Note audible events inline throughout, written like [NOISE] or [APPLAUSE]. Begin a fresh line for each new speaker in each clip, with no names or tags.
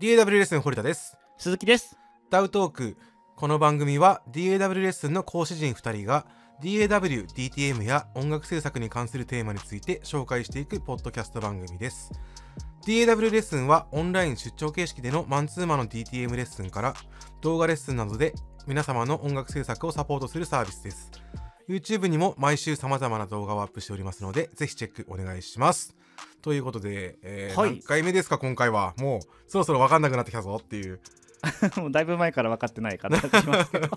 DAW レッスン堀田です
鈴木です。
ダウトークこの番組は DAW レッスンの講師陣2人が DAW、DTM や音楽制作に関するテーマについて紹介していくポッドキャスト番組です DAW レッスンはオンライン出張形式でのマンツーマンの DTM レッスンから動画レッスンなどで皆様の音楽制作をサポートするサービスです YouTube にも毎週様々な動画をアップしておりますのでぜひチェックお願いしますということで、えー
はい
何回目ですか今回はもうそろそろ分かんなくなってきたぞっていう
[LAUGHS] もうだいぶ前から分かってない方がしますけど。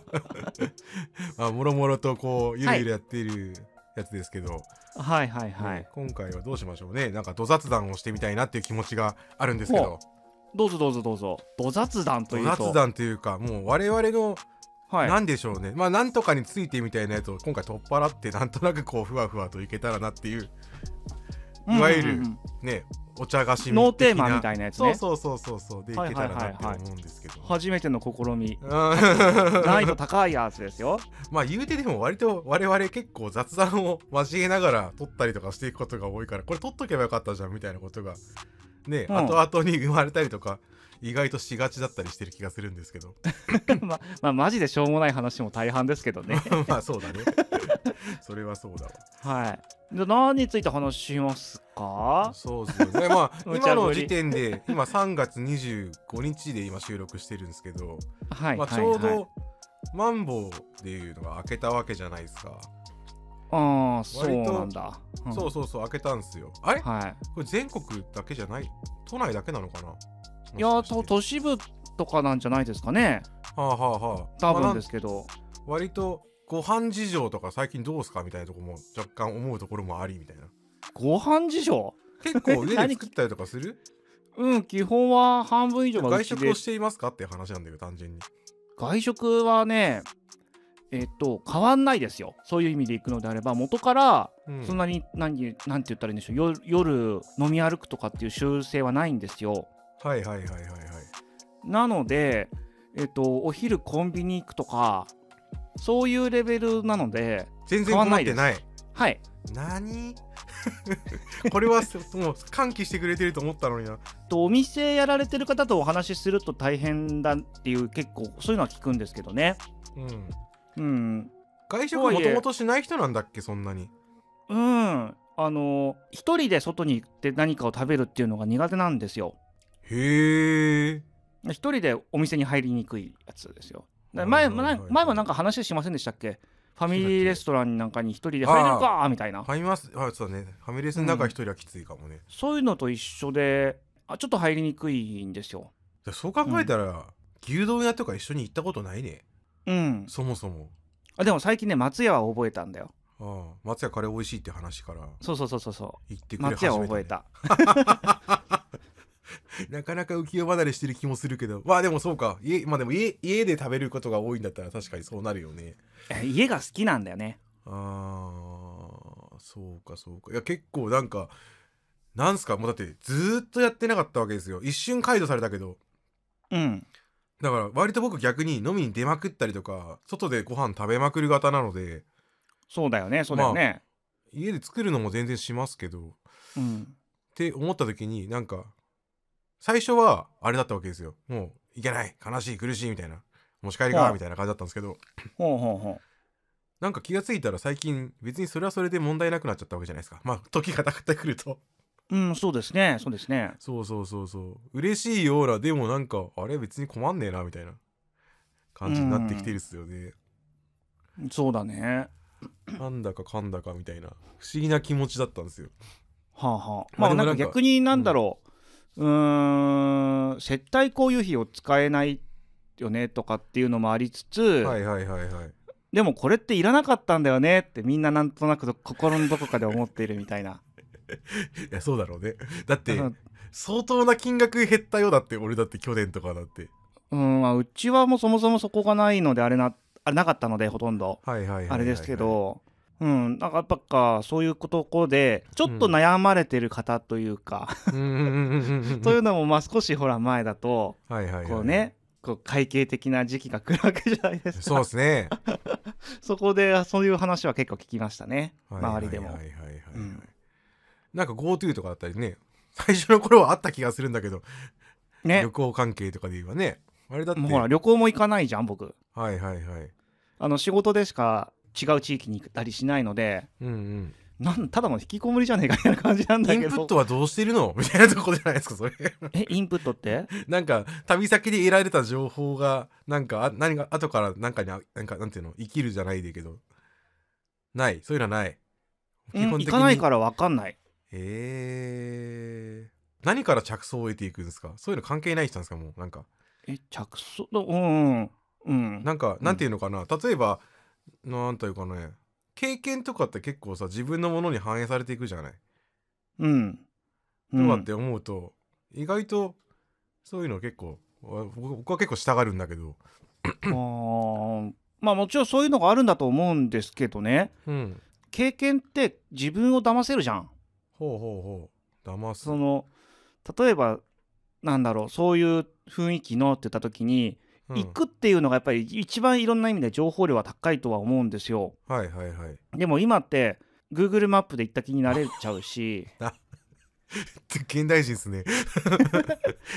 まあ、もろもろとこうゆるゆるやっているやつですけど、
[LAUGHS] はいはいはい
ね。今回はどうしましょうねなんか土雑談をしてみたいなっていう気持ちがあるんですけど
どうぞどうぞどうぞ。土雑談と
土
いうと。
雑談というかもう我々の
はい。
何でしょうね、まあなんとかについてみたいなやつを今回取っ払ってなんとなくこうふわふわといけたらなっていう
うんうんうん
いわゆるねお茶菓子
ノーテーマみ
い
たいなやつ
そう
ね。
そうそうそうそうでいけ
はい
た
はい
ら
はいは
ないって思うんですけど、 [LAUGHS]
初めての試み。
うん
難易度高いやつです [LAUGHS] よ。
まあ言うてでも割と我々結構雑談を交えながら撮ったりとかしていくことが多いからこれ撮っとけばよかったじゃんみたいなことがね、
うん
後々に生まれたりとか意外としがちだったりしてる気がするんですけど [LAUGHS]
ままあマジでしょうもない話も大半ですけど [LAUGHS] ね。
まあそうだね [LAUGHS] それはそうだ
はい。じゃあ何について話します
わ
か。
そうですよねまあ
[LAUGHS] 無
今
茶ぶり
の時点で今3月25日で今収録してるんですけど、
はい。
まあ、ちょう
はいはい
どマンボウっていうのが開けたわけじゃないですか、
ああそうなんだ。うん
そうそうそう開けたんですよあれ
は。
これ全国だけじゃない都内だけなのかない
いや
もしか
と
して
都市部とかなんじゃないですかね。
はあはあはあま
多分
あな
で
ん
すけど。
割とご飯事情とか最近どうすかみたいなとこも若干思うところもありみたいな
ご飯事情。
結
[LAUGHS]
構家で
何
作ったりとかする
うん、基本は半分以上がう
外
ち
食
で
をしていますかっていう話なんだけど単純に
外食はね、えっと、変わんないですよ。そういう意味で行くのであれば、元から、
うん
そんなに、何、なんて言ったらいいんでしょう、夜夜飲み歩くとかっていう習性はないんですよ。
はいはいはいはいはい
なので、えっと、お昼コンビニ行くとか、そういうレベルなので、
全然困って
変
ない
はい、
何 [LAUGHS] これはそもう歓喜してくれてると思ったのにな
えっとお店やられてる方とお話しすると大変だっていう、結構、そういうのは聞くんですけどね。
うん
うん、
外食もともとしない人なんだっけそんなに
うん、あの一人で外に行って何かを食べるっていうのが苦手なんですよ。
へえ
一人でお店に入りにくいやつですよ。だから
は
前
いはいはい
前前もなんか話しませんでしたっけファミリーレストランなんかに一人で入れるかみたいな
ファミマスあそうだねファミレスの中一人はきついかもね、
そういうのと一緒であちょっと入りにくいんですよ。
じゃあそう考えたら、牛丼屋とか一緒に行ったことないね
うん、
そもそも
あでも最近ね松屋は覚えたんだよ。
ああ松屋カレー美味しいって話から
そうそうそうそうそ
言って
う
くれ
松
始め
屋
た、
は
ね、
覚えた。
なかなか浮世離れしてる気もするけどまあでもそうか家,、まあ、でも家家で食べることが多いんだったら確かにそうなるよね
え家が好きなんだよね。
あーそうかそうかいや結構なんかなんすかもうだってずーっとやってなかったわけですよ一瞬解除されたけど
うん、
だから割と僕逆に飲みに出まくったりとか外でご飯食べまくる型なので
そうだよねそうだよね。
家で作るのも全然しますけどっ
うん、
て思った時になんか最初はあれだったわけですよもういけない悲しい苦しいみたいな持ち帰り
は
か
い
みたいな感じだったんですけど
ほうほうほう。
なんか気がついたら最近別にそれはそれで問題なくなっちゃったわけじゃないですかまあ時が経ってくると
うん、そうですね、そうですね。
そうそうそうそう嬉しいようなでもなんかあれ別に困んねえなみたいな感じになってきてるっすよね
そうだね。
なんだかかんだかみたいな不思議な気持ちだったんですよ
はあはあ。
まあ
まあ、
でもな
な
ん
ん
か
か逆になんだろう。うーん、接待交友費を使えないよねとかっていうのもありつつ、
はいはいはいはい
でもこれっていらなかったんだよねってみんななんとなくど心のどこかで思っているみたいな。
いやそうだろうねだって
だから
相当な金額減ったよだって俺だって去年とかだって
うん、まあうちはもうそもそもそこがないのであれな、あれなかったのでほとんど。
はいはいはいはいはい
あれですけど、うん、なんかやっぱか、そういうところで、ちょっと悩まれてる方というか、
うんうんうんうんうん
というのも、まあ少しほら前だと、
はいはいはい
こうね、こう会計的な時期が来るわけじゃないですか。
そうです
[LAUGHS]
ね
そこであそういう話は結構聞きましたね、周りでも。
はいはいはいはいはい
うん
なんか GoTo とかだったりね最初の頃はあった気がするんだけど
ね
旅行関係とかで言えばねあれだって
もうほら旅行も行かないじゃん僕
はいはいはい
あの仕事でしか違う地域に行ったりしないので
うん
なんただの引きこもりじゃねえかみたいな感じなん
うん、イ
だ
ン
け
プッ
ど
トはどうしてるのみたいなとこじゃないですかそれ
[LAUGHS] えインプットって
なんか旅先で得られた情報がなんかあ何か後からなんかにあなんかなんていうの生きるじゃないでけどないそういうのはない
うん行かないからら分かんない
えー、何から着想を得ていくんですかそういうの関係ない人なんですかもうなんか
え着想うんうん
なんか、
うん
なんていうのかな例えばなんというかね経験とかって結構さ自分のものに反映されていくじゃない、
うん
とかって思うと意外とそういうの結構わ僕僕は結構従るんだけど、
あーまあもちろんそういうのがあるんだと思うんですけどね
うん、
経験って自分を騙せるじゃん
ほうほうほう騙す
その例えばなんだろうそういう雰囲気のって言った時に、
うん
行くっていうのがやっぱり一番いろんな意味で情報量は高いとは思うんですよ
はいはいはい
でも今って Google マップで行った気になれちゃう
[LAUGHS]
し
現代人です
[LAUGHS]
ね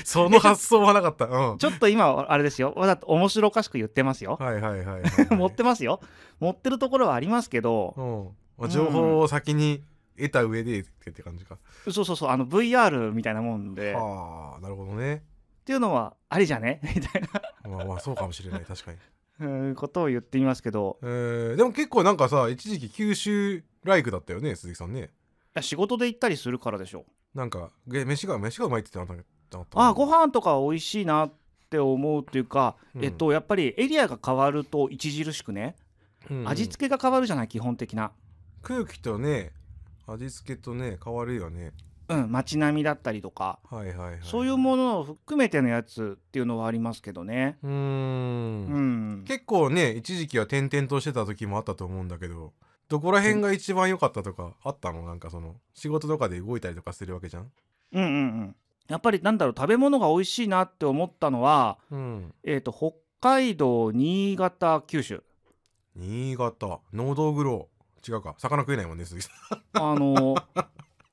その発想はなかった、うん、
ちょっと今はあれですよわざと面白おかしく言ってますよ、
はいはいはい、はい、
持ってますよ持ってるところはありますけど、
うん情報を先に得た上でってって感じか、
そうそうそうあの VR みたいなもんで、っ
はあなるほどね
ていうのはありじゃね [LAUGHS] みたいな
まあまあそうかもしれない確かに
うんことを言ってみますけど
えーでも結構なんかさ一時期九州ライクだったよね鈴木さんね
いや仕事で行ったりするからでしょ
なんかげ飯が飯がうまいって言ってなかったなかった
あご飯とか美味しいなって思うっていうか、
うん
えっとやっぱりエリアが変わると著しくね、
うんうん
味付けが変わるじゃない基本的な、
空気とね味付けとね変わるよね
うん、街並みだったりとか、
はいはいはい
そういう
う
ものを含めてのやつっていうのはありますけどね
ーん
うん、
結構ね一時期は転々としてた時もあったと思うんだけどどこら辺が一番良かったとかあったのなんかその仕事とかで動いたりとかするわけじゃん
うんうんうんやっぱりなんだろう食べ物が美味しいなって思ったのは、
うん
えっと北海道新潟九州
新潟農道グロー違うか魚食えないもんね鈴木さん
あ
[LAUGHS]
の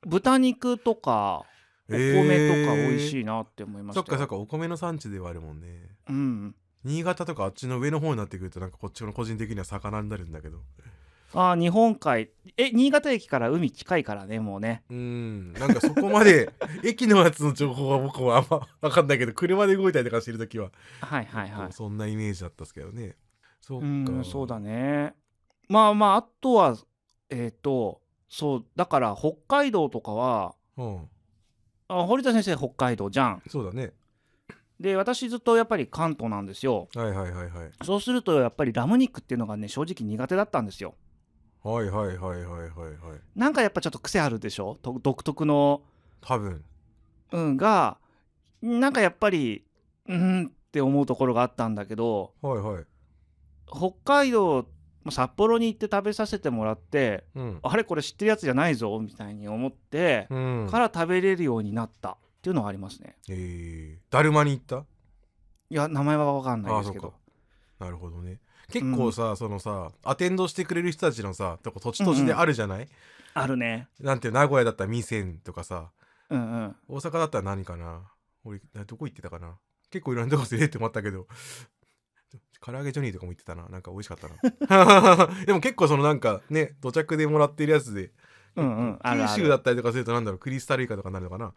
豚肉とか [LAUGHS] お米とか美味し
い
いなって思いまし
そ
たよ
っかそっかお米の産地ではあるもんね
うん
新潟とかあっちの上の方になってくるとなんかこっちの個人的には魚になるんだけど
あー日本海え新潟駅から海近いからねもうね
うーんなんかそこまで [LAUGHS] 駅のやつの情報は僕はあんま分かんないけど車で動いたりとかしてる時は
はいはいはい
そんなイメージだったっすけどねそう
う
か
んそうだねまあまああとはえっ、とそうだから北海道とかは
うん
あ堀田先生北海道じゃん
そうだね
で私ずっとやっぱり関東なんですよ
はいはいはいはい
そうするとやっぱりラム肉っていうのがね正直苦手だったんですよ
はいはいはいはいはいはい
なんかやっぱちょっと癖あるでしょと独特の
多分
うんがなんかやっぱりうんって思うところがあったんだけど
はいはい
北海道まあ札幌に行って食べさせてもらって
うん
あれこれ知ってるやつじゃないぞみたいに思って、
うん
から食べれるようになったっていうのはありますね
えー、だるまに行った
いや名前は分かんないですけ
あそう
ど
かなるほどね結構さ、そのさアテンドしてくれる人たちのさとこ土地土地であるじゃない、
あるね
なんていう名古屋だったら店とかさ
うんうん
大阪だったら何かな俺などこ行ってたかな結構いろんなとこ連れてってもらったけど唐揚げジョニーとかも行ってたななんか美味しかったな [LAUGHS] でも結構そのなんかね土着でもらってるやつで
うんうんあるあ
九州だ
る
ったりとかするとなんだろうクリスタルイカとかになるのかな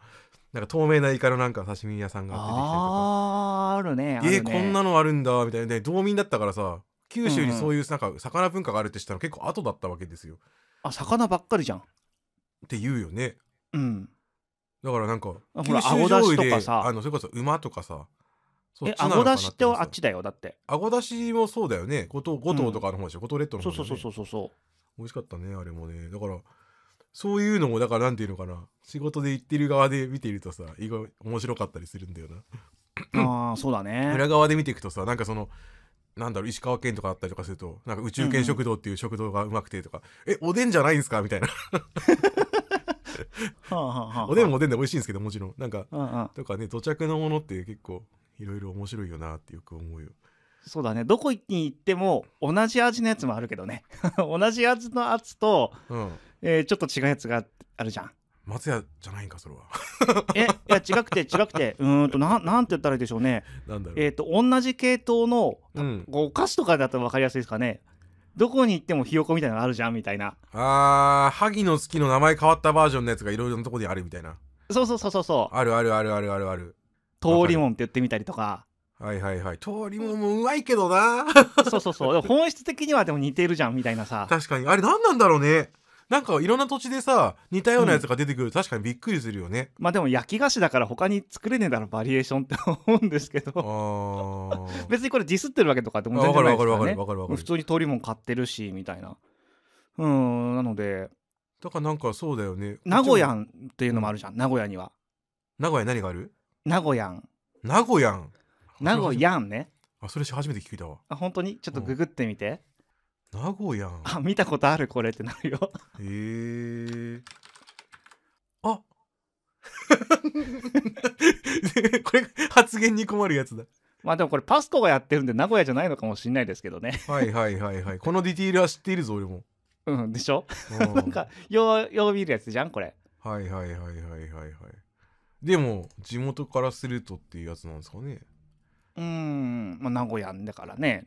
なんか透明なイカのなんか刺身屋さんが出てきたりとか
あーあるねあるね
えーこんなのあるんだみたいなで道民だったからさ九州にそういうなんか魚文化があるって知ったの結構後だったわけですよ
あ魚ばっかりじゃん
って言うよね
うん
だからなんか
あほ
九
ら
州上位
あごだしと
で
かさ
あのそれこそ馬とかさそっ
え
ちな
あ
の
ご
かな
だしって
思
あ
た
っちだよだって
あごだしもそうだよね五島五島とかの方でしょ五島列島の
そ
方
う
だよ
そう
ね
そうそうそう
美味しかったねあれもねだからそういうのもだからなんていうのかな仕事で行ってる側で見ているとさ意外面白かったりするんだよな
ああそう
[LAUGHS]
だね
裏側で見ていくとさなんかそのなんだろう石川県とかだったりとかするとなんか宇宙
うんう
圏
ん
食堂っていう食堂がうまくてとか、えおでんじゃないんすかみたいな
はあはあはあ
おでんもおでんで美味しいんですけどもちろんなんか
うんうん
とかね土着のものって結構いろいろ面白いよなってよく思うよ
そうだねどこに行っても同じ味のやつもあるけどね [LAUGHS] 同じ味のやつと
うん [LAUGHS]
えーちょっと違うやつがあるじゃん。
松屋じゃないんかそれは [LAUGHS]
えいや違くて違くてうーんとなんなんて言ったらいいでしょうね
なんだろう
えっ、と同じ系統の
うん、
こうお菓子とかだと分かりやすいですかねどこに行ってもひよこみたいなのあるじゃんみたいな
あー萩の月の名前変わったバージョンのやつがいろいろなとこであるみたいな
そうそうそうそうそう
あるあるあるあるあるある
通りもんって言ってみたりとか
はいはいはい通りもんもうまいけど [LAUGHS] な
そうそうそうでも本質的にはでも似てるじゃんみたいなさ
確かにあれ何なんだろうねなんかいろんな土地でさ似たようなやつが出てくると確かにびっくりするよね、
まあでも焼き菓子だから他に作れねえだろバリエーションって思うんですけ
あ
ど
ー
[LAUGHS] 別にこれディスってるわけとかでも
あ
全
わか
然
る
ない
わ
で
か
す
る
か
わからるわか
ね
るわか
普
る
通に通りもん買ってるしみたいなうーんなので
だからなんかそうだよね
名古屋
こっちも
んっていうのもあるじゃん名古屋には
名古屋に何がある
名古屋ん
名古屋ん
名古屋んね
あそれ初めて聞いたわ
あ本当にちょっとググってみて
名古屋ん
あ見たことあるこれってなるよ
へ
[LAUGHS]
えあ [LAUGHS] これ発言に困るやつだ
まあでもこれパスコがやってるんで名古屋じゃないのかもしんないですけどね [LAUGHS]
はいはいはいはいこのディティールは知っているぞ俺も
うんでしょ
うん
なんかようよう見るやつじゃんこれ
はいはいはいはいはいはいでも地元からするとっていうやつなんですかね
うーん、まあ、名古屋んだからね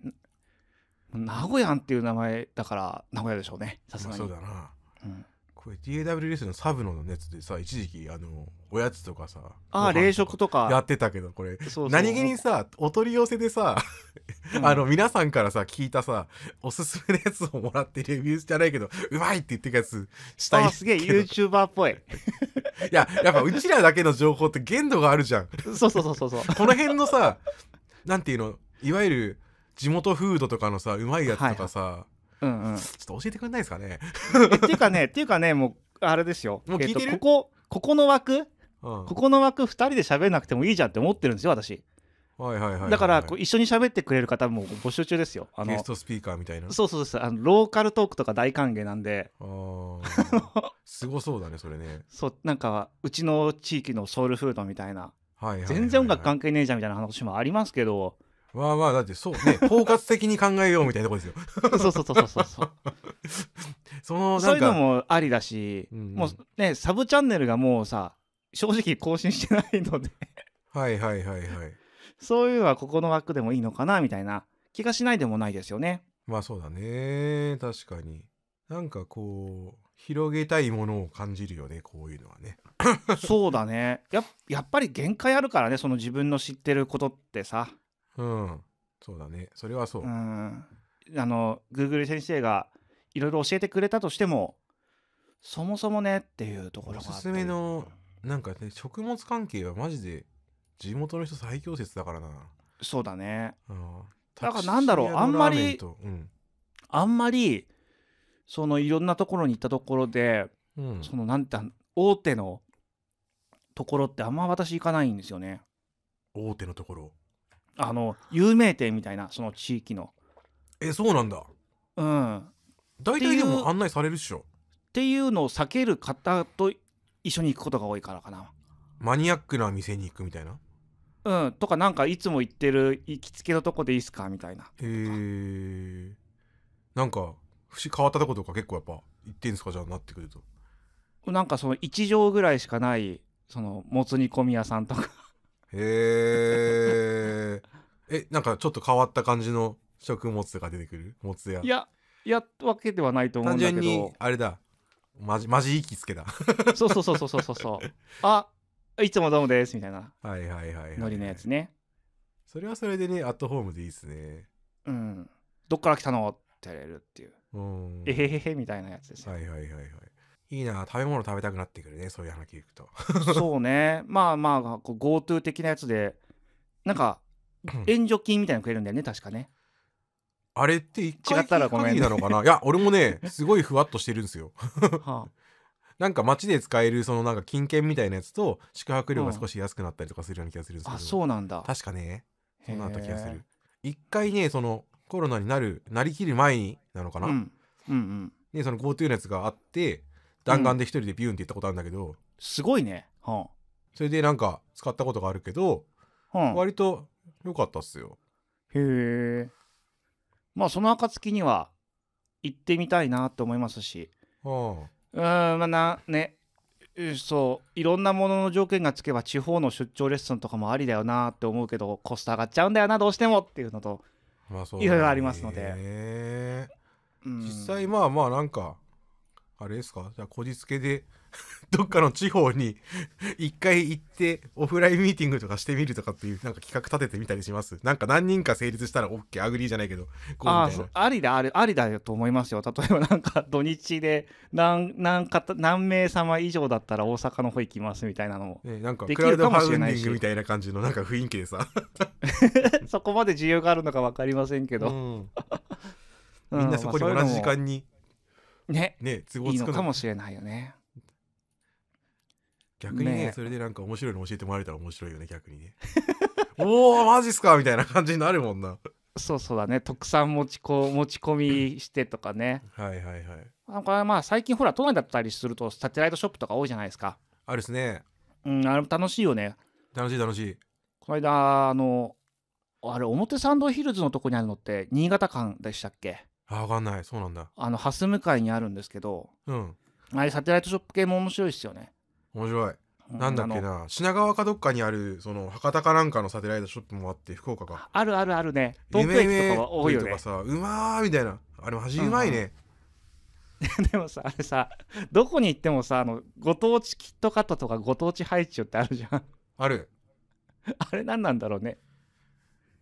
名古屋んっていう名前だから名古屋でしょうねさす
ま
が
あ
に、
そうだな
うん
これ DAWS のサブのやつでさ一時期あのおやつとかさ
ああ
ご飯
冷食とか
やってたけどこれ
そうそう
何気にさお取り寄せでさ、
うん
あの皆さんからさ聞いたさおすすめのやつをもらってレビューじゃないけどうまいって言ってるやつしたい
あすげえ YouTuber っ
[LAUGHS]
ぽい
いややっぱうちらだけの情報って限度があるじゃん
そうそうそうそうそう
この辺のさなんていうのいわゆる地元フードとかのさうまいやつとかさ、
うん
[LAUGHS]
うん
ちょっと教えてくれないですかね、
えっていうかねっていうかねもうあれですよ
もう聞いてる
えっとここここの枠
うん
ここの枠2人で喋んなくてもいいじゃんって思ってるんですよ私
はいはいはいはい
だからこう一緒に喋ってくれる方も募集中ですよあ
ゲ
の
ストスピーカーみたいな
そうそうそうあのローカルトークとか大歓迎なんで
あ
[LAUGHS]
ーすごそうだねそれね、
そうなんかうちの地域のソウルフードみたいな
はいはいはいはい
全然音楽関係ねえじゃんみたいな話もありますけど
まあまあだってそう
[LAUGHS]
ね包括的に考えようみたいなとこですよ
そうそうそうそうそう
[LAUGHS]
そ
その
う
な
そうんいうの
か
もありだし、
うんうん
もうねサブチャンネルがもうさ正直更新してないので [LAUGHS]
はいはいはいはい
そういうのはここの枠でもいいのかなみたいな気がしないでもないです
[LAUGHS]
よね
まあそうだね確かになんかこう広げたいものを感じるよねこういうのはね
そうだねやっやっぱり限界あるからねその自分の知ってることってさ
うんそうだねそれはそう、
うんあの Google 先生がいろいろ教えてくれたとしてもそもそもねっていうところがあったり
おすすめのなんかね食物関係はマジで地元の人最強説だからな
そうだね
うん
だからなんだろうあんまり
タクシー屋のラーメンと
あんまりそのいろんなところに行ったところで、
うん、うん
そのなんて大手のところってあんま私行かないんですよね
大手のところ
あの有名店みたいなその地域の
えそうなんだ
うんっ
大体で
っていう
も案内されるっしょ
ていうのを避ける方と一緒に行くことが多いからかな
マニアックな店に行くみたいな
うんとかなんかいつも行ってる行きつけのとこでいいっすかみたいな
へえなんか節変わったとことか結構やっぱ行ってんすかじゃあなってくると
なんかその1畳ぐらいしかないそのもつ煮込み屋さんとか
[LAUGHS] へええなんかちょっと変わった感じの食物とか出てくるもつや
いやいやわけではないと思う
単
んだ
純
けど
にあれだマジマジ息つけだ
そうそうそうそうそうそ
[LAUGHS]
うそう。あいつもどうもですみたいな
はいはいはいはい
ノリのやつね。
それはそれでねアットホームでいいっすね
うん。どっから来たのって言われるっていう。
うん
えへへへみたいなやつですよ。
はいはいはいはいいいな食べ物食べたくなってくるねそういう話聞くと
そうね。まあまあこう GoTo 的なやつでなんか援助金みたいなのくれるんだよね
[LAUGHS]
確かね。
あれって一回
違ったらごめん
限りなのかな、いや俺もねすごいふわっとしてるんですよ
は
なんか街で使えるそのなんか金券みたいなやつと宿泊料が少し安くなったりとかするような気がするんですけ
あ、
ど、
あそうなんだ。
確かねそんなあった気がす
へ
る一回ねそのコロナになるなりきる前になのか
ー。
な、
うんうんうん。
ねその GoTo のやつがあって弾丸で一人でビューンって行ったことあるんだけど、
すごいね。は
それでなんか使ったことがあるけど、
あ。はあ。
割と良かったっすよ
へえ。まあその暁には行ってみたいなと思いますし。
あ
うーんまあなねえそういろんなものの条件がつけば地方の出張レッスンとかもありだよなって思うけどコスト上がっちゃうんだよなどうしてもっていうのと、
まあそう
いろいろありますので
で
うん
実際まあまあなんかあれですかじゃあこじつけで [LAUGHS] どっかの地方に [LAUGHS] 一回行ってオフラインミーティングとかしてみるとかっていうなんか企画立ててみたりしますなんか何人か成立したら OK アグリーじゃないけどこう
ああ
みたい
そ
な
うありだありありだよと思いますよ例えばなんか土日で何何か何名様以上だったら大阪の方行きますみたいなのも
ね、なんか
で
ク
き
ラウ
る
ド
か
ファ
もし
ウ
れ
ンデ
ない
ィ
し
ングみたいな感じのなんか雰囲気でさ、
そこまで需要があるのか分かりませんけど、う
みんなそこに
ま
同じ時
あそういうのも
間に
ね
ね都合
いい
つく
の
の
かもしれないよね
逆にね
ね
それでなんか面白いの教えてもらえたら面白いよね逆に
[LAUGHS]
ねおおマジっすかみたいな感じになるもんな
そうそうだね特産持ちこ持ち込みしてとかね
はいはいはい
なんかまあ最近ほら都内だったりするとサテライトショップとか多いじゃないですか
あるっすね
うんあれも楽しいよね
楽しい楽しい
この間あのあれ表参道ヒルズのとこにあるのって新潟館でしたっけ
あわかんないそうなんだ
あの蓮向かいにあるんですけど
うん
あれサテライトショップ系も面白いですよね。
面白い
うん
なんだっけ
あの
な品川かどっかにあるその博多かなんかのサテライトショップもあって福岡か
あるあるあるね。東京駅とかは多いよ
と
ね [LAUGHS]
か。さうまーみたいなあれマジうまいね、
でもさ、あれさ、どこに行ってもさ、あのご当地キットカットとかご当地ハイチュウってあるじゃん。 [LAUGHS]
ある
あれ何なんだろうね。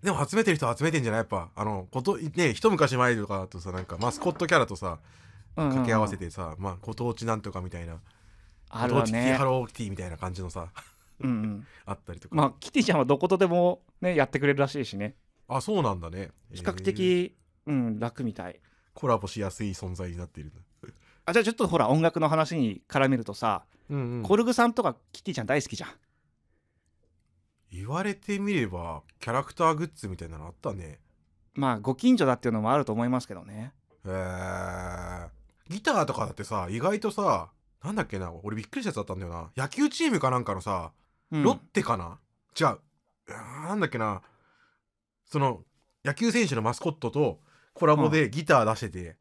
でも集めてる人は集めてんじゃないやっぱあのことね一昔前とかだとさなんかマスコットキャラとさ
掛
掛け合わせ。てさ、まあご当地なんとかみたいな
ある
ご当
わ
地キティ
ね
ハ。ローキティみたいな感じのさ
うんうん。
あったりとか、
まあ、キティちゃんはどことでもね、やってくれるらしいしね。
あそうなんだね
比較
えー
的、うん、楽みたい。
コラボしやすい存在になっている
あじゃあちょっとほら音楽の話に絡めるとさ、
うん、
コルグさんとかキティちゃん大好きじゃん
言われてみればキャラクターグッズみたいなのあったね
まあご近所だっていうのもあると思いますけどね
えー、ギターとかだってさ意外とさなんだっけな俺びっくりしたやつだったんだよな野球チームかなんかのさ、
うん
ロッテかなじゃあなんだっけなその野球選手のマスコットとコラボでギター出してて、
へ
え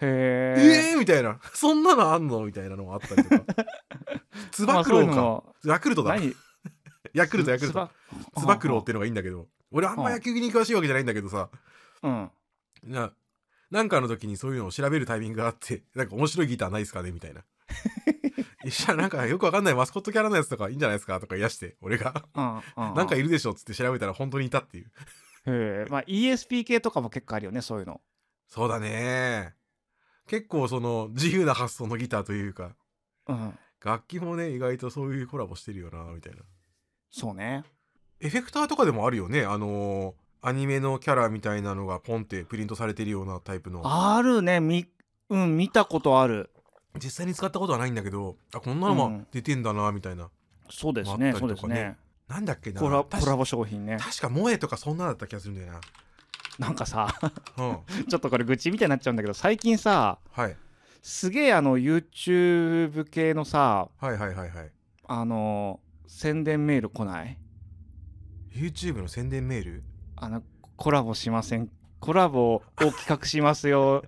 え
えー、みたいな [LAUGHS] そんなのあんのみたいなのもあったりと [LAUGHS] かつば九
そういう
郎
の
か
も
ヤクルトだ
何
ヤクルトヤクルトつば九郎っていうのがいいんだけど俺あんま野球に詳しいわけじゃないんだけどさ
うん
ななんかの時にそういうのを調べるタイミングがあって [LAUGHS] なんか面白いギターないですかねみたい
[LAUGHS]
ないやなんかよくわかんないマスコットキャラのやつとかいいんじゃないですかとか言い出して俺が
うんうん
なんかいるでしょっつって調べたら本当にいたっていう
へえまあ ESP 系とかも結構あるよねそういうの
そうだね結構その自由な発想のギターというか
うん
楽器もね意外とそういうコラボしてるよなみたいな
そうね
エフェクターとかでもあるよねあのーアニメのキャラみたいなのがポンってプリントされてるようなタイプの
あるねみうん見たことある
実際に使ったことはないんだけどあこんなのも出てんだなみたいな、
そうです
あっ
ね
たり
そう
と
です
かね
ね
なんだっけな
コラ
確
コラボ商品ね
確か萌えとかそんなだった気がするんだよな
なんかさ [LAUGHS]
うん
ちょっとこれ愚痴みたいになっちゃうんだけど最近さ
はい
すげえあの YouTube 系のさ
はいはいはいはい
あの宣伝メール来ない
YouTube の宣伝メール
あのコラボしませんコラボを企画しま
[LAUGHS]
すよ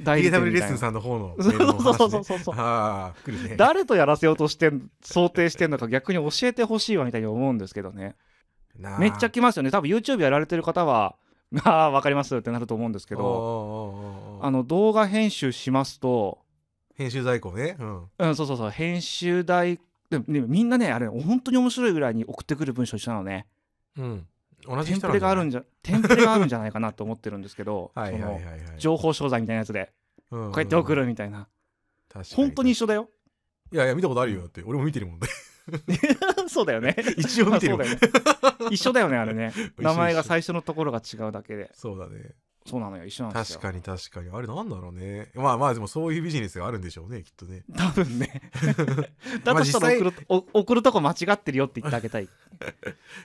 代理店
DW
み
レ
た
ッス
いな
ンさんの方のメ
そ
ールの
うそうそう
話
そ
ね
うそうそう
ああ来るね
誰とやらせようとしてん想定してんのか逆に教えてほしいわみたいに思うんですけどね
なあ
めっちゃ来ますよね多分 YouTube やられてる方は「ああ分かります」ってなると思うんですけど
おーおーおーおー
あの動画編集しますと、
編集在庫ねうん
うん、そうそうそう編集代でもねみんなねあれ本当に面白いぐらいに送ってくる文章一緒なのね
うん同じ
テン
人
プ
なん
レが
だ
あるんじゃテンプレがあるんじゃないかなと思ってるんですけど
はいはいはい
その
はい
情報商材みたいなやつで
こ
こうやって送
る
るみたいな
本
本当に一緒だよ
いやいや見たことあるよだって俺も見てるもんね
そうだよね
一応見てる
ま
も
あ
ん
そうだよね一緒だよねあ
[LAUGHS]
れね
緒
[LAUGHS] 名前が
一緒
最初のところが違うだけで
そうだね
そうなのよ一緒なんです
確
よ
かに確かにあれなんだろうねまあまあでもそういうビジネスがあるんでしょうねきっとね
多分ね
[LAUGHS] まあ
だとしたら
実際
送るお送るとこ間違ってるよって言ってあげ
[LAUGHS]
たい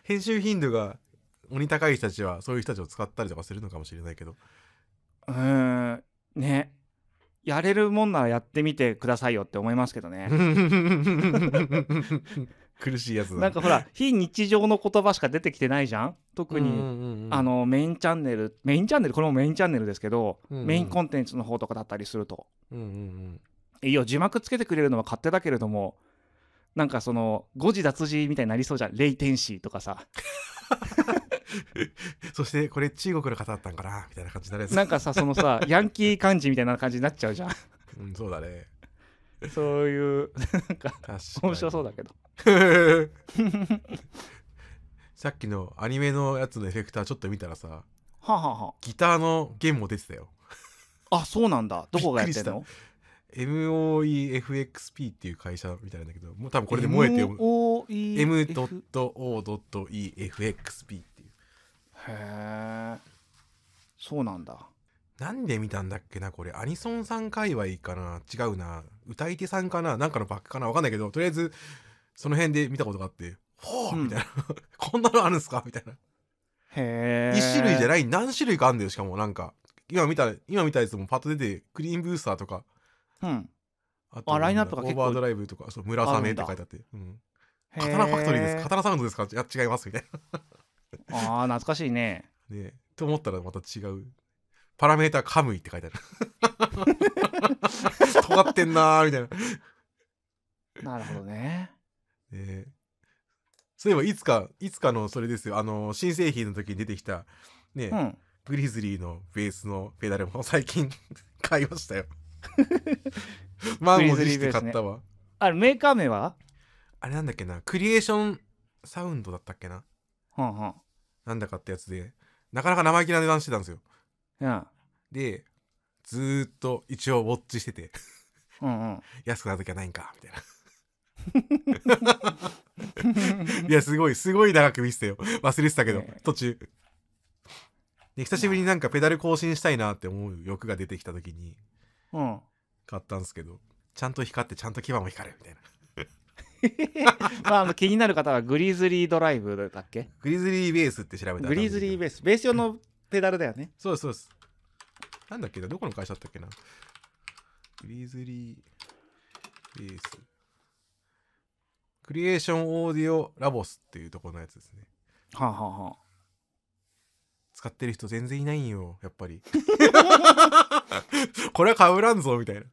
編集頻度が鬼高い人たちはそういう人たちを使ったりとかするのかもしれないけ
[LAUGHS]
ど
うーんねやれるもんならやってみてくださいよって思いますけどね
苦しいやつだ
なんかほら非日常の言葉しか出てきてないじゃん特に、あ
あの
のメインチャンネルメインチャンネルこれもメインチャンネルですけど、
うんうん
メインコンテンツの方とかだったりするといいよ字幕つけてくれるのは勝手だけれどもなんかその誤字脱字みたいになりそうじゃんレイテンシーと
[LAUGHS]
かさ
そしてこれ中国の方だったんかなみたいな感じになるやつ
なんかさそのさヤンキー漢字みたいな感じになっちゃう
[LAUGHS]
じゃん
うん、そうだね
そういうなんか
確かに
面白そうだけど
[LAUGHS] さっきのアニメのやつのエフェクターちょっと見たらさ
はあはあは
ギターの弦も出てたよ
ああそうなんだどこがやってんの
MOEFXP っていう会社みたいなんだけどもう多分これで燃えて読む
M と
M.O.EFXP っていう
へえそうなんだ
なんで見たんだっけなこれアニソンさん界隈かな違うな歌い手さんかななんかのバックかなわかんないけどとりあえずその辺で見たことがあって「ほう!」
うん
みたいな [LAUGHS] 「こんなのあるんすか?」みたいな
へえ
一種類じゃ
い
ない何種類かあるんだよしかもなんか今見た今見たやつもパッと出てクリーンブースターとか
うん
あ
あラインナップが
オ
結
ー
構
バードライブとかそう村雨って書いてあって「うん、刀ファクトリーです刀サウンドですか?」いや違いますみたい
ああー懐かしいね
なねと思ったらまた違うパラメータカムイって書いてあ
[LAUGHS]
る尖ってんなーみたいな
なるほどね
ねそういえばいつかいつかのそれですよあの新製品の時に出てきたね、
うん
グリズリーのベースのペダルも最近 [LAUGHS] 買いま
[LAUGHS]
したよ満を持して買ったわ、
あれメーカー名は
あれなんだっけなクリエーションサウンドだったっけな
はんはん
なんだかってやつでなかなか生意気な値段してたんですよ
うん
でずーっと一応ウォッチしてて [LAUGHS]
うん [LAUGHS] うん
安くなる時はないんかみたいないやすごいすごい長く見せてよ [LAUGHS] 忘れてたけど、
ね
途中で久しぶりになんかペダル更新したいなって思う欲が出てきた時に
うん
買ったんですけどちゃんと光ってちゃんと牙も光るみたいな [LAUGHS]
まああの気になる方はグリズリードライブだっけ
グリズリーベースって調べたら
グリズリーベ
ース
ースベース用のペダルだよね
そうですそうですなんだっけなどこの会社だったっけなグリズリーベースクリエーションオーディオラボスっていうところのやつですね
はあはあは
使ってる人全然いないんよやっぱり [LAUGHS] これはかぶらんぞみたいな
あ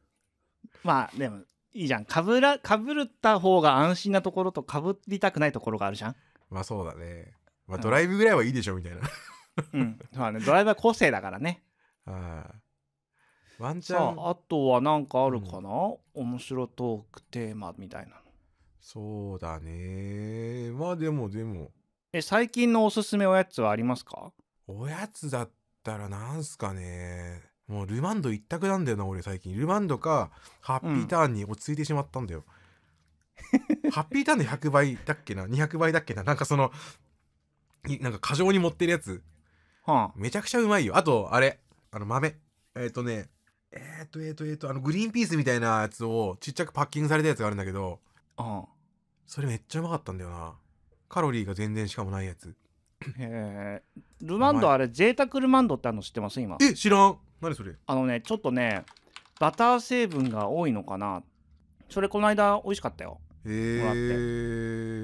まあでもいいじゃんかぶらかぶった方が安心なところとかぶりたくないところがあるじゃん
まあそうだねまあ
うん
ドライブぐらいはいいでしょみたいな [LAUGHS]
うんまあねドライバー個性だからね
ああワンチ
さ
ャン
ああとは何かあるかな、面白トークテーマみたいなの
そうだねまあでもでも
え最近のおすすめおやつはありますか
おやつだったらなんすかねもうルマンド一択なんだよな俺最近ルマンドかハッピーターンに落ち着いてしまったんだ
[LAUGHS]
よ、ハッピーターンの100倍だっけな200倍だっけななんかそのいなんか過剰に持ってるやつ
は
めちゃくちゃうまいよあとあれあの豆えっ、とねえっ、とえっ、とえっ、とあのグリーンピースみたいなやつをちっちゃくパッキングされたやつがあるんだけど
あ、うん、
それめっちゃうまかったんだよなカロリーが全然しかもないやつ
へえルマンドあれ贅沢ルマンドってあるの知ってます今
え知らん何それ
あのねちょっとねバター成分が多いのかなそれこの間美味しかったよ
へ
らって
え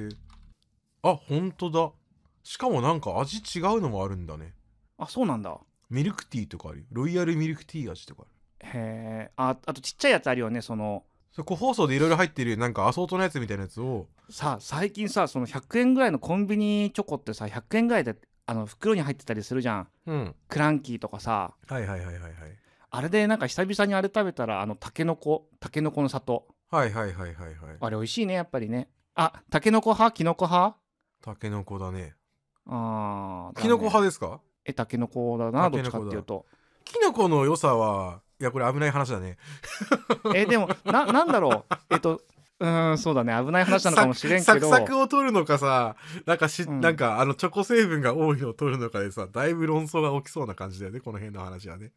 ー、あ本当だしかもなんか味違うのもあるんだね
あそうなんだ
ミルクティーとかあるよロイヤルミルクティー味とかある
へえああとちっちゃいやつあるよねその
それ個包装でいろいろ入ってるなんかアソートのやつみたいなやつを
さ最近さその100円ぐらいのコンビニチョコってさ100円ぐらいであの袋に入ってたりするじゃん
うん
クランキーとかさ
はいはいはいはいはい
あれでなんか久々にあれ食べたらあのタケノコタケノコの里
はいはいはいはいはい
あれ美味しいねやっぱりねあタケノコ派キノコ派
タケノコだね
あー
キノコ
だね
派ですか
えタケノコだな
タ
ど
ケ
っ
ノコ
ちか
だ
っていうと
キノコの良さはいやこれ危ない話だね
えでもななんだろうえっとうーんそうだね危ない話なのかもしれん
サ
け
ク
ど
サクを取るのかさなんかし、
うん
なんかあのチョコ成分が多いのを取るのかでさだいぶ論争が起きそうな感じだよねこの辺の話はね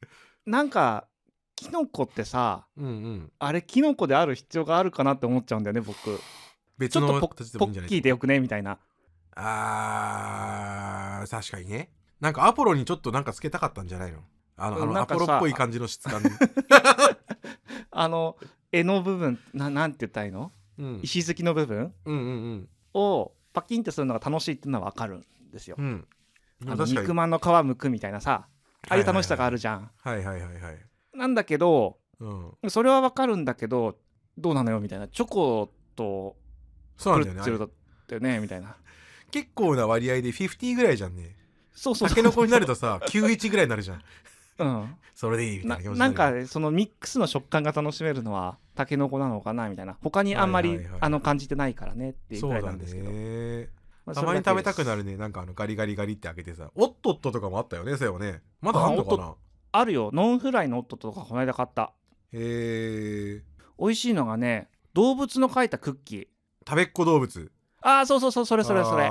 なんかキノコってさ
うんうん
あれキノコである必要があるかなって思っちゃうんだよね僕ち
別
ょっ
の
とポ
形で
ポ
もいいんじゃ
ッ
ない
キーでよくねみたいな
あー確かにねなんかアポロにちょっとなんかつけたかったんじゃないのあのあ
うん
の
な
ア
んか
ポ
さ
ロっぽい感じの質
[LAUGHS]
感で、
あの柄の部分ななんて言ったらいいの
うん、うん
石突きの部分
うんうん
をパキンってするのが楽しいっていうのは分かるんですよ
う。ん
あの
確かに
肉まんの皮むくみたいなさああいう楽しさがあ
る
るじゃん。
はいはいはいはい
なんだけど
うん、
それはわかるんだけどどうなのよみたいなチョコと
そう
プ
な
ル
んだよね
ッ
あ
ツェ
れ
ルだったよねみたいな
結構な割合で50ぐらいじゃんね
そうそう
タケノコになるとさ91ぐらいになるじゃん
うん
それでいいみたいな
な
気持ちに
なん
るよね
かそのミックスの食感が楽しめるのはタケノコなのかなみたいな他にあんま
はい
り
はいはい
あの感じてないからねっていう
そ
ぐら
う
いな
だ
んですけど
ね
まあ
た
それ
まに
だけ
食べ
で
た
す
くなるねなんかあのガリガリガリって開けてさおっとっととかもあったよねそういえばねまだあんのかな
あるよノンフライのオットとかこの間買った
へえ
美味しいのがね動物の描いたクッキー
食べっ子動物
ああそうそうそうそれそれそれあ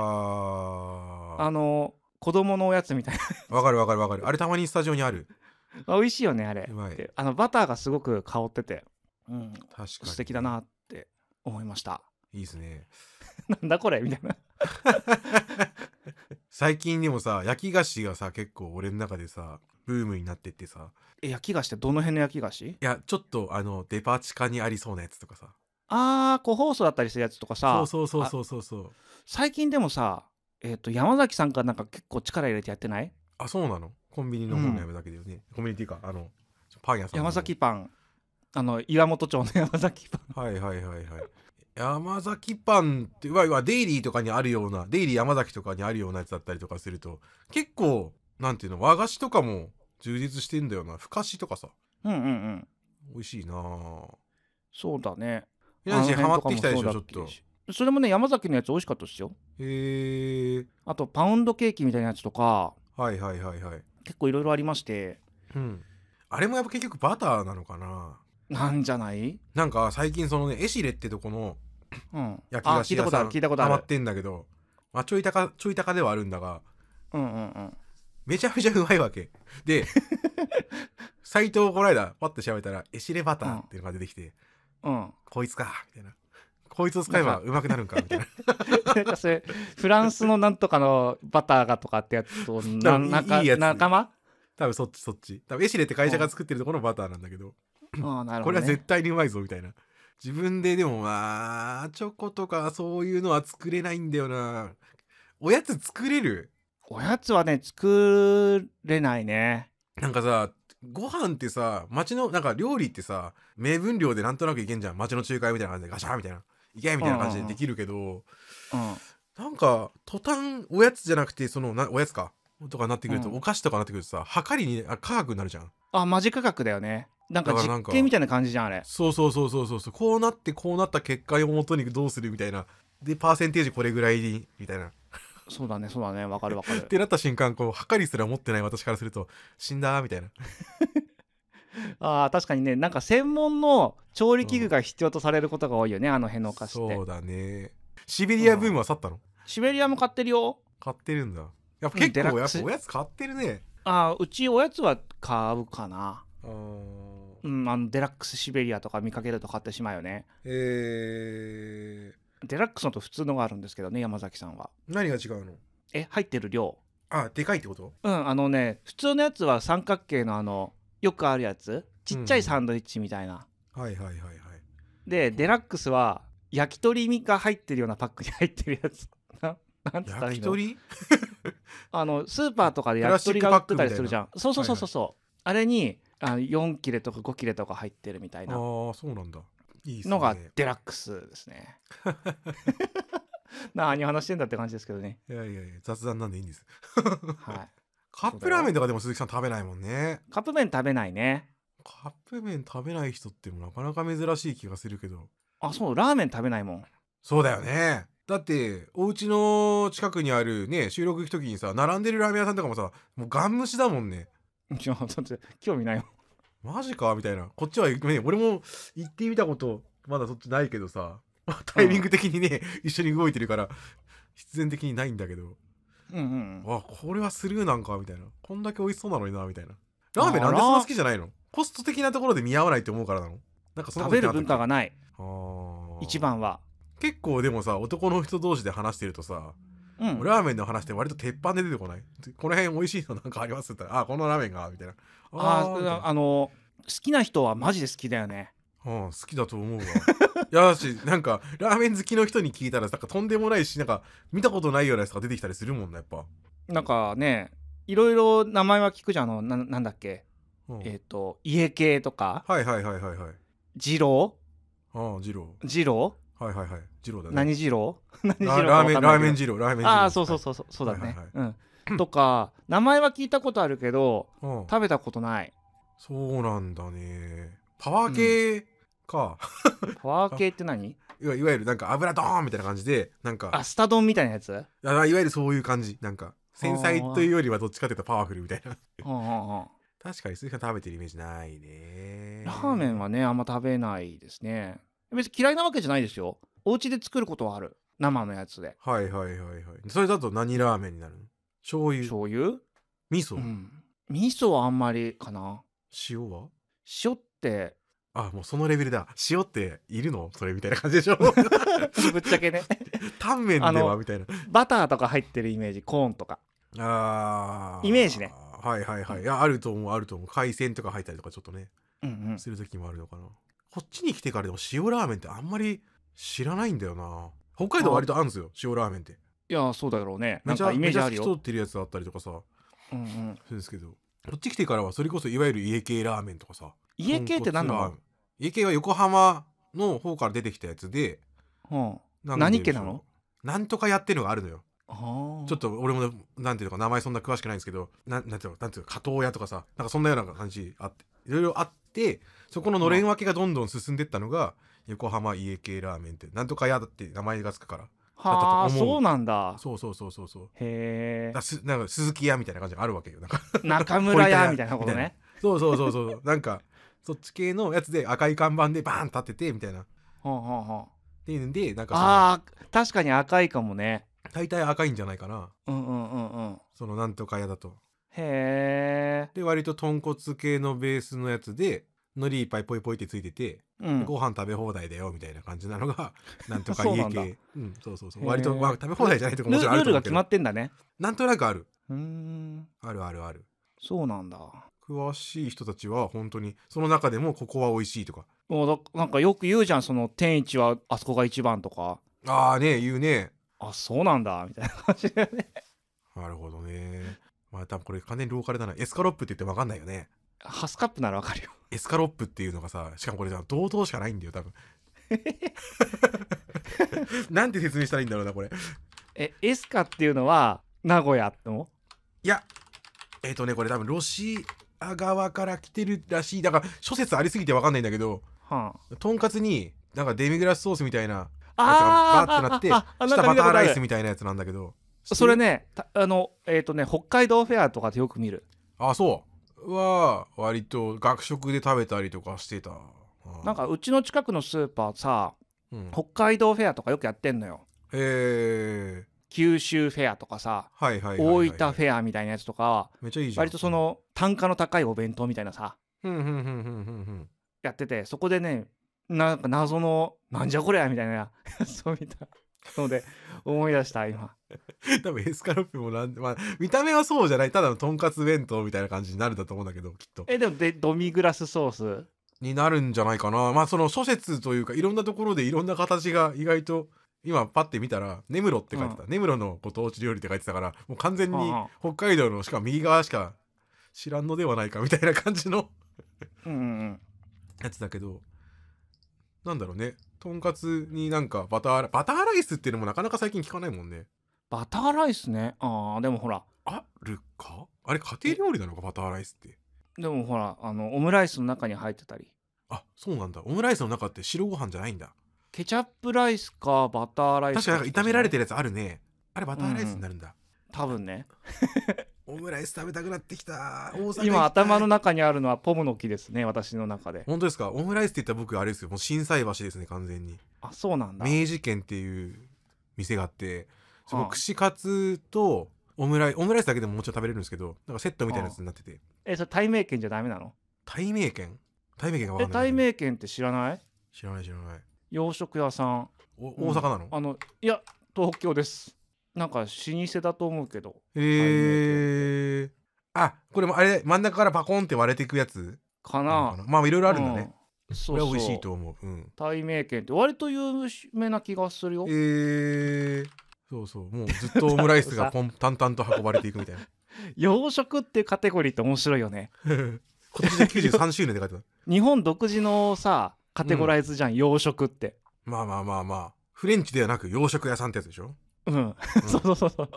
あ
の子供のおやつみたいな
ーわかるわかるわかるあれたまにスタジオにある
あ [LAUGHS] 美味しいよねあれ
うまい
であのバターがすごく香ってて、うん、
確かに
素敵だなって思いました [LAUGHS]
いいですね
なんだこれみたいな
最近でもさ焼き菓子がさ結構俺の中でさブームになってってさ
え焼き菓子ってどの辺の焼き菓子
いやちょっとあのデパ地下にありそうなやつとかさ
あー個包装だったりするやつとかさ
そうそうそうそうそうそう
最近でもさえっ、と山崎さんかなんか結構力入れてやってない
あそうなのコンビニの方のやめだけだよね、コンビニっていうかあのパン屋さんの
山崎パンあの岩本町の [LAUGHS] 山崎パン
はいはいはいはい山崎パンってわわデイリーとかにあるようなデイリー山崎とかにあるようなやつだったりとかすると結構なんていうの和菓子とかも充実してんだよなふかしとかさ
うんうんうん
美味しいなぁ
そうだね
みなし
あ
ハ
の
マ
辺
ってきたでしょ
と
ち
か
ょ
も
っ
そうだ
と
しそれもね山崎のやつ美味しかったですよ
へえ
あとパウンドケーキみたいなやつとか
はいはいはいはい
結構いろいろありまして
うんあれもやっぱ結局バターなのかな
なんじゃない
なんか最近そのねエシレってとこの
うん
焼き
あ
菓子
聞いた
屋
こと
さ
あ
ん
る聞いたこと
ハマ
あ
っ
る
てんだけど、まあ、ちょい高ちょい高ではあるんだが
うんうんうん
めちゃめちゃうまいわけ
[LAUGHS]
でサイトをこの間パッと調べたらエシレバターっていうのが出てきて、
うん、
こいつかみたいなこいつを使えばうまくなるんかみ
[LAUGHS]
たいな
なんかそれフランスのなんとかのバターがとかってやつと
多
な
分いい
なか
いいやつ
仲間
多分そっちそっち多分エシレって会社が作ってるところのバターなんだけど
ああなる
こ
ほ
れ
ど、
は絶
ね、
対にうまいぞみたいな自分ででもまあチョコとかそういうのは作れないんだよなおやつ作れる
おやつはね作れないね
なんかさご飯ってさ町のなんか料理ってさ名分量でなんとなくいけんじゃん町の中華屋みたいな感じでガシャーみたいな行けみたいな感じでできるけど、
うん
なんか途端おやつじゃなくてそのなおやつかとかになってくると、
うん
お菓子とかになってくるとさ測りにあ価格になるじゃん
あマジ価格だよねなんか
だからなん
実
か
験みたいな感じじゃんあれ
そうそうそうそうそうそうこうなってこうなった結果をもとにどうするみたいなでパーセンテージこれぐらいにみたいなっ
そうだねそうだねわかるわかる
てなった瞬間こう測りすら持ってない私からすると死んだみたいな
あー確かにねなんか専門の調理器具が必要とされることが多いよね、あの辺のお菓子っ
そ
て
うだねシベリアブームは去ったの、
シベリアも買ってるよ
買ってるんだやっぱ
うん
結
デラ
構
ッ
やっ
クス
ぱおやつ買ってるね
あーうちおやつは買うかな
あー
うんあのデラックスシベリアとか見かけると買ってしまうよね
えー、
デラックスのと普通のがあるんですけどね山崎さんは
何が違うの
え入ってる量
あでかいってこと
うんあのね普通のやつは三角形のあのよくあるやつちっちゃいサンドイッチみたいな、
はいはいはいはい
でデラックスは焼き鳥が入ってるようなパックに入ってるやつ [LAUGHS] ななんつったらい
焼
い
き
の
鳥
あのスーパーとかで焼き鳥が売ってたりするじゃんそうそうそうそうそう、あれにあの4切れとか5切れとか入ってるみたい
ああ
な
ーそうなんだいいっすね
のがデラックスですね [LAUGHS] 何話してんだって感じですけどね、
いやいやいや雑談なんでいいんです
は
カップラーメンとかでも鈴木さん食べないもんね
い、カップ麺食べないね
カップ麺食べない人ってもなかなか珍しい気がするけど
あそうラーメン食べないもん [LAUGHS]
そうだよねだってお家の近くにあるね収録行く時にさ並んでるラーメン屋さんとかもさもうガン無視だもんね
ちょっと興味ないもん
マジかみたいなこっちは、ね、俺も行ってみたことまだそっちないけどさ [LAUGHS] タイミング的にね、一緒に動いてるから必然的にないんだけど
うんうん
わこれはスルーなんかみたいなこんだけ美味しそうなのになみたいなラーメンなんで
あら
そんな好きじゃないのコスト的なところで見合わないって思うからなのなんかそんなこ
食
と
べ
言
る
って
文
なかった
化
っ
がない
けあー
一番は
結構でもさ男の人同士で話してるとさ、
うん
ラーメンの話って割と鉄板で出てこないこの辺美味しいのなんかありますって言ったらあこのラーメンがみたいな
あ
ー
ー
みたいな
あの好きな人はマジで好きだよね
うん、好きだと思うわ。い [LAUGHS] やだし、なんか、ラーメン好きの人に聞いたら、なんかとんでもないし、なんか、見たことないようなやつが出てきたりするもんな、やっぱ。
なんかねいろいろ名前は聞くじゃんあのななんだっけ
うん
えっ、と家系とか
はいはいはいはいはい
二郎
ああ二郎
二郎
はいはいはい二郎だね
何
[LAUGHS]
二郎何二郎
ラ
か
ラーメン
わかんないけど
ラーメン二郎ラーメン二郎
ああそうそうそうそうそうだね、
はいはい
うんとか名前は聞いたことあるけど
う、うん、
食べたことない
そうなんだねパワー系か、
パワー系って何
いわいわゆるなんか油ドーンみたいな感じでなんか
あスタ丼みたいなやつ、うん
あいわゆるそういう感じなんか繊細というよりはどっちかというとパワフルみたい
[LAUGHS]
な
うんうん、
確かに鈴木さん食べてるイメージないね
ラーメンはねあんま食べないですね別に嫌いなわけじゃないですよお家で作ることはある生のやつで
はいはいはいはいそれだと何ラーメンになるの醤油
醤油
味噌、
うん味噌はあんまりかな
塩は
塩って [LAUGHS]
あもうそのレベルだ塩っているのそれみたいな感じで
[LAUGHS]
しょ
ぶっちゃけね [LAUGHS]
タンメン
あ
では
の
みたいな
バターとか入ってるイメージコーンとか
あー
イメージね
はいはいはい,、
うん
いやあると思うあると思う海鮮とか入ったりとかちょっとね
うんうん
する時もあるのかなこっちに来てからでも塩ラーメンってあんまり知らないんだよな北海道は割とあるんですよ塩ラーメンって
いやそうだろうねな
め
ん
ちゃ
かイ
め
メージ
ちゃ
あ
透
る
き
よ
通ってるやつあったりとかさ
うんうん
するんですけどこっち来てからはそれこそいわゆる家系ラーメンとかさ
家系って何な
豚骨ラー
の
メン家系は横浜の方から出てきたやつで
うん
なん
何系なの
なんとかやってるのがあるのよ
あ
ちょっと俺もなんていうのか名前そんな詳しくないんですけどなんなんていうのなんていうの加藤屋とかさなんかそんなような感じあっていろいろあってそこののれん分けがどんどん進んでったのが横浜家系ラーメンってなんとか屋だって名前がつくから
と
だ
は
った
あ
と思う
そうなんだ
そうそうそうそうそう
へ
だからすなんか鈴木屋みたいな感じがあるわけよなんか
え中村屋みたいなことね
そうそうそうそうなんかそっち系のやつで赤い看板でバーン立っててみたいなっ
ほんほんほん
ていうんでなんか
あー確かに赤いかもね
その大体赤いんじゃないかな
うんうんうんうん
そのなんとか屋だと
へえ
で割と豚骨系のベースのやつで海苔いっぱいポイポイってついてて、
うん
ご飯食べ放題だよみたいな感じなの
[LAUGHS]
がなんとか
そう
家
なんだ
系うんそうそうそう
へー
割と、まあ、食べ放題じゃないとか
ル
もちろんあ
ル
ると
ール
思
が
うけ
決
ど
まってんだね
なんとなくある
うーん
あるあるある
そうなんだ
詳しい人たちは本当にその中でもここは美味しいとか
もうだなんかよく言うじゃんその天一はあそこが一番とか
ああね言うね
あそうなんだみたいな [LAUGHS] 感じだよね
なるほどねまあ多分これ完全にローカルだなエスカロップって言っても分かんないよね
ハスカップならわかるよ
エスカロップっていうのがさしかもこれさ同等しかないんだよ
[LAUGHS]
多分なんて説明したらいいんだろうなこれ
えエスカっていうのは名古屋の
いや、えっ、とね、これ多分ロシア側から来てるらしい。だから諸説ありすぎてわかんないんだけど、
は
とんかつになんかデミグラスソースみたいなや
ああ
つがバーってなっ
ああ
て、下バターライス
み
みたいなやつなんだけど。
それ。ねたあのえっ、とね北海道フェアとかでよく見る
あ、そう。は、割と学食で食べたりとかしてた。あ
なん、かうちの近くのスーパーさ
うん、
北海道フェアとかよくやってんのよ
えー、
九州フェアとかさ
はいはいはいはい、
大分フェアみたいなやつとか
めっちゃいいじゃん。
割とそ、の単価の高いお弁当みたいなさ
うんうんうんうんうんうん。
やっててそこでねなんか謎のなんじゃこりゃみたいな [LAUGHS] そう見たので思い出した今
多分エスカロップもなんまあ、見た目はそうじゃない。ただのとんかつ弁当みたいな感じになるんだと思うんだけど、きっと。
えでもでドミグラスソース
になるんじゃないかなまあその諸説というかいろんなところでいろんな形が意外と今パッて見たら「根室」って書いてた「根室のご当地料理」って書いてたからもう完全に
うんうん
北海道のしかも右側しか知らんのではないかみたいな感じの
うんうんうん
やつだけどなんだろうねとんかつになんかバターラバターライスっていうのもなかなか最近聞かないもんね
バターライスねあーでもほら
あるかあれ家庭料理なのかバターライスって
でもほらあのオムライスの中に入ってたり
あそうなんだオムライスの中って白ご飯じゃないんだ
ケチャップライスかバターライス
確かなんか炒められて
る
るやつあるねあれバターライスになるんだ、
多分ね
オムライス食べたくなってきた大阪行きたい
今頭の中にあるのはポムの木ですね私の中で
本当ですかオムライスって言ったら僕あれですよもう心斎橋ですね完全に
あそうなんだ
明治軒っていう店があってそこ
はあ
串カツとオムライスオムライスだけでももちろん食べれるんですけどなんかセットみたいなやつになってて
えそれ対名圏じゃダメなの
対名軒対名軒がわ
え
かんない
対名圏って知らない
知らない知らない
洋食屋さん
お
うん
大阪なの、
あのいや東京ですなんか老舗だと思うけど
へえあこれもあれ真ん中からパコンって割れていくやつな
か
の
な
かなまあいろいろあるんだね、、
うんそ
こ
う
れ
そう
は美味しいと思ううん
対名圏って割と有名な気がするよ
えー、そうそうもうずっとオムライス
[LAUGHS]
がポン淡々と運ばれていくみたいな
洋食っていうカテゴリーって面白いよね
確今年で93周年で書いてある
日本独自のさカテゴライズじゃん、洋食って
まあまあまあまあフレンチではなく洋食屋さんってやつでしょ
うん、 [LAUGHS] そうそうそうそう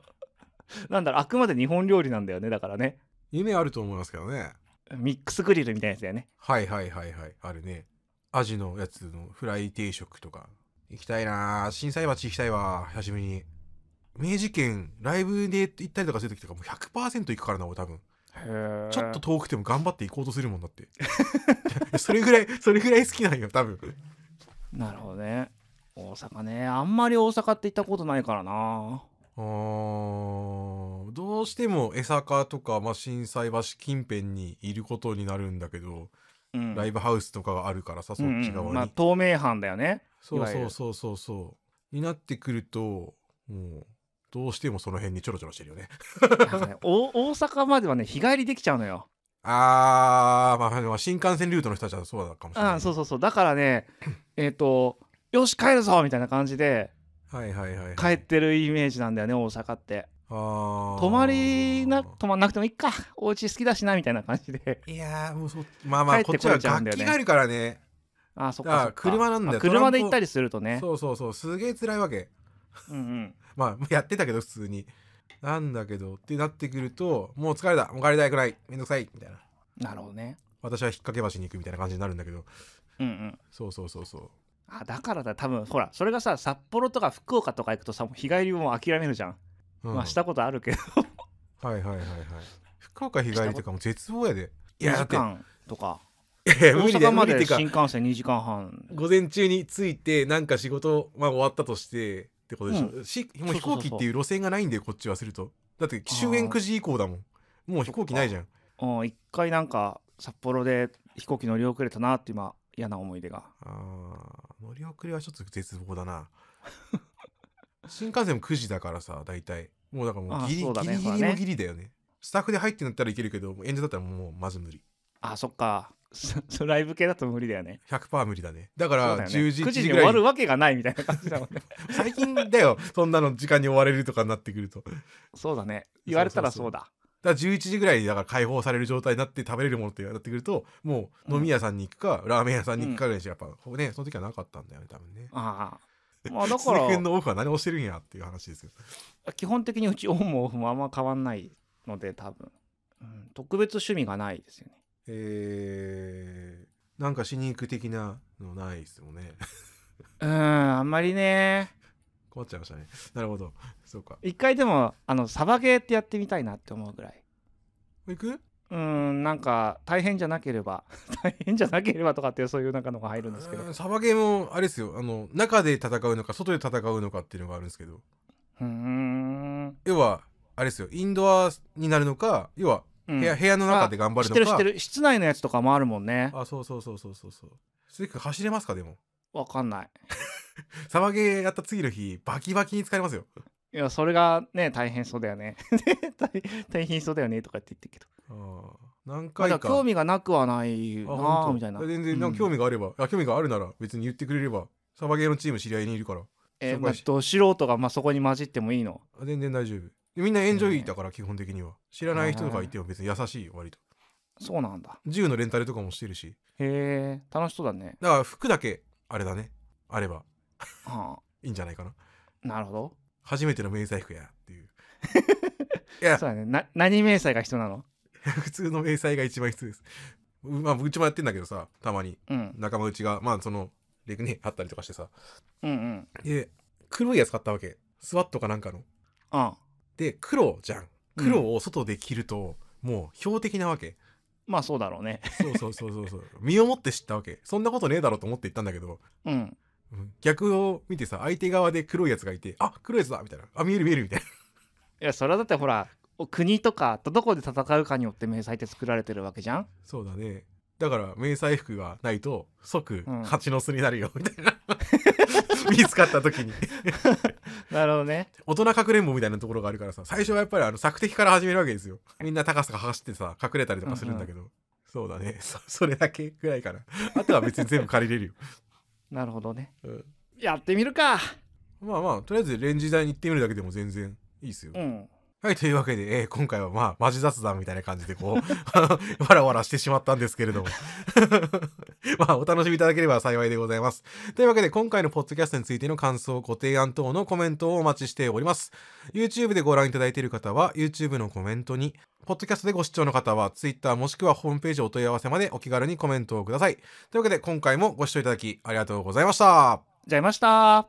なんだろうあくまで日本料理なんだよねだからね
夢あると思いますけどね
ミックスグリルみたいなやつだよね
はいはいはいはいあるねアジのやつのフライ定食とか行きたいなあ震災町行きたいわ久しぶりに明治県ライブで行ったりとかする時とかもう100%行くからな俺多分ちょっと遠くても頑張って行こうとするもんだって [LAUGHS] それぐらいそれぐらい好きなんよ多分
なるほどね大阪ねあんまり大阪って行ったことないからな
あーどうしても江坂とか、まあ、震災橋近辺にいることになるんだけど、
うん
ライブハウスとかがあるからさそっち
うん
側
うん
に、
まあ、透明版だよね
そう
いわゆ
そう
る
そうそうそうになってくるともうどうしてもその辺にちょろちょろしてるよね
なんかね [LAUGHS] お大阪まではね日帰りできちゃうのよ
あー、まあ、まあ新幹線ルートの人たちはそうだかもしれない、
あそうそうそうだからねえっ、とよし帰るぞみたいな感じで
はいはいはい、はい、
帰ってるイメージなんだよね大阪って
あー
泊まりな泊まんなくてもいいかお家好きだしなみたいな感じで
いやーもうそうまあまあ
帰
こ
っ
ってち
これ
は
ちゃうん
楽
だよね
器があるからね
あそっ
だから
かそっか
車なんだよ
あ車で行ったりするとね
そうそうそうすげえ辛いわけ
うん
まあや [LAUGHS] ってたけど普通になんだけどってなってくるともう疲れたもう帰りたいくらいめんどくさいみたいな
うんなるほどね
私は引っ掛け橋に行くみたいな感じになるんだけど
うんうん
そうそうそうそう
あだからだ多分ほらそれがさ札幌とか福岡とか行くとさもう日帰りも諦めるじゃん、
うん
まあしたことあるけど
はいはいはいはい福岡日帰りとかも絶望やでいやだっ
2時
て
間とか
いや
大
無理で
阪
無
ま
理ってい
で
うか
新幹線2時間半
午前中に着いてなんか仕事、まあ、終わったとしてってことでしょ、しもう飛行機っていう路線がないんだよこっちはするとだって終
あ
焉
ー
9時以降だもんもう飛行機ないじゃん
うん一回なんか札幌で飛行機乗り遅れたなって今嫌な思い出が
あー乗り遅れはちょっと絶望だな [LAUGHS] 新幹線も9時だからさ大体もうだからもうギ
あー
リ,、
そうだ
ギ
ね
リギ
そう
リ
だ
の
ね
ギリだよねスタッフで入ってなったらいけるけど演者だったらもうまず無理
あそっか [LAUGHS] そそライブ系だと無理だよね
100%無理だねだか
そう
ら
だよね
10時,、
9
1
時
時
に
ぐ
終
ら
わ
いに
るわけがないみたいな感じだもん
[LAUGHS]
ね
最近だよそんなの時間に追われるとかになってくるとだか
そうだね言われたらそうだ
ら11時ぐらいにだから解放される状態になって食べれるものってなってくるともう飲み屋さんに行くか、ラーメン屋さんに行くかぐらいしかやっぱ、ねその時はなかったんだよね多分ね
ああまあだか
鈴木君
ら
のオフは何をしてるんやっていう話ですよ
基本的にうちオンもオフもあんま変わんないので多分、うん、特別趣味がないですよね
えー、なんかしに行く的なのないですもんね [LAUGHS]
うんあんまりね
困っちゃいましたねなるほどそうか
一回でもあのサバゲーってやってみたいなって思うぐらい
行く
うんなんか大変じゃなければ [LAUGHS] 大変じゃなければとかっていうそういうなんかのが入るんですけど
うーんサバゲーもあれですよあの中で戦うのか外で戦うのかっていうのがあるんですけど
うーん
要はあれですよインドアになるのか要は
う
部
ん
屋,、部屋の中で頑張る
知っ
の
て
か
る知ってる室内のやつとかもあるもんね
あそうそうそうそうそうそう鈴木君走れますかでも
わかんない
サバゲーやった次の日バキバキに疲れますよ
いやそれがね大変そうだよね [LAUGHS] 大大変そうだよねとかって言ってるけど
あー何
まあ
回
だ
か
から興味がなくはない
あ
な
本
あ
当
みたいな
全然なんか興味があれば、あ興味があるなら別に言ってくれればサバゲーのチーム知り合いにいるから
えー
紹
まあ
介し、
ど素人がまあそこに混じってもいいの
あ全然大丈夫みんなエンジョイだから基本的には知らない人とかいても別に優しいよ割と
そうなんだ
銃のレンタルとかもしてるし
へえ楽しそうだね
だから服だけあれだねあれば
はい
いんじゃないかな
あなるほど
初めての迷彩服やっていう [LAUGHS] いや
[LAUGHS] そうだねな何迷彩が必要なの
普通の迷彩が一番必要ですうまあうちもやってんだけどさたまに
うん
仲間うちがまあそのレクネあったりとかしてさ
うんうん
で黒いやつ買ったわけスワットかなんかの
あ
で黒じゃん黒を外で着ると、もう標的なわけ
まあそうだろうね [LAUGHS]
そうそうそうそうそう身をもって知ったわけそんなことねえだろうと思って行ったんだけど
うん
うん逆を見てさ相手側で黒いやつがいてあ黒いやつだみたいなあ見える見えるみたいない
やそれはだってほらお国とかとどこで戦うかによって迷彩って作られてるわけじゃん
そうだねだから迷彩服がないと即
うん
蜂の巣になるよみたいな [LAUGHS] 見つかった時に
なるほどね
大人かくれんぼみたいなところがあるからさ最初はやっぱりあの索敵から始めるわけですよみんな高さが走ってさ隠れたりとかするんだけど、そうだねそ [LAUGHS] それだけぐらいかなあとは別に全部借りれるよ、
なるほどね
うん
やってみるか
まあまあとりあえずレンジ台に行ってみるだけでも全然いいですよ、
うん
はい、というわけで、えー今回はまあ、マジ雑談みたいな感じで、こう、 [LAUGHS] わらわらしてしまったんですけれども。 [LAUGHS] まあ、お楽しみいただければ幸いでございます。というわけで、今回のポッドキャストについての感想、ご提案等のコメントをお待ちしております。YouTube でご覧いただいている方は、YouTube のコメントに、ポッドキャストでご視聴の方は、Twitter もしくはホームページお問い合わせまでお気軽にコメントをください。というわけで、今回もご視聴いただきありがとうございました。
じゃいました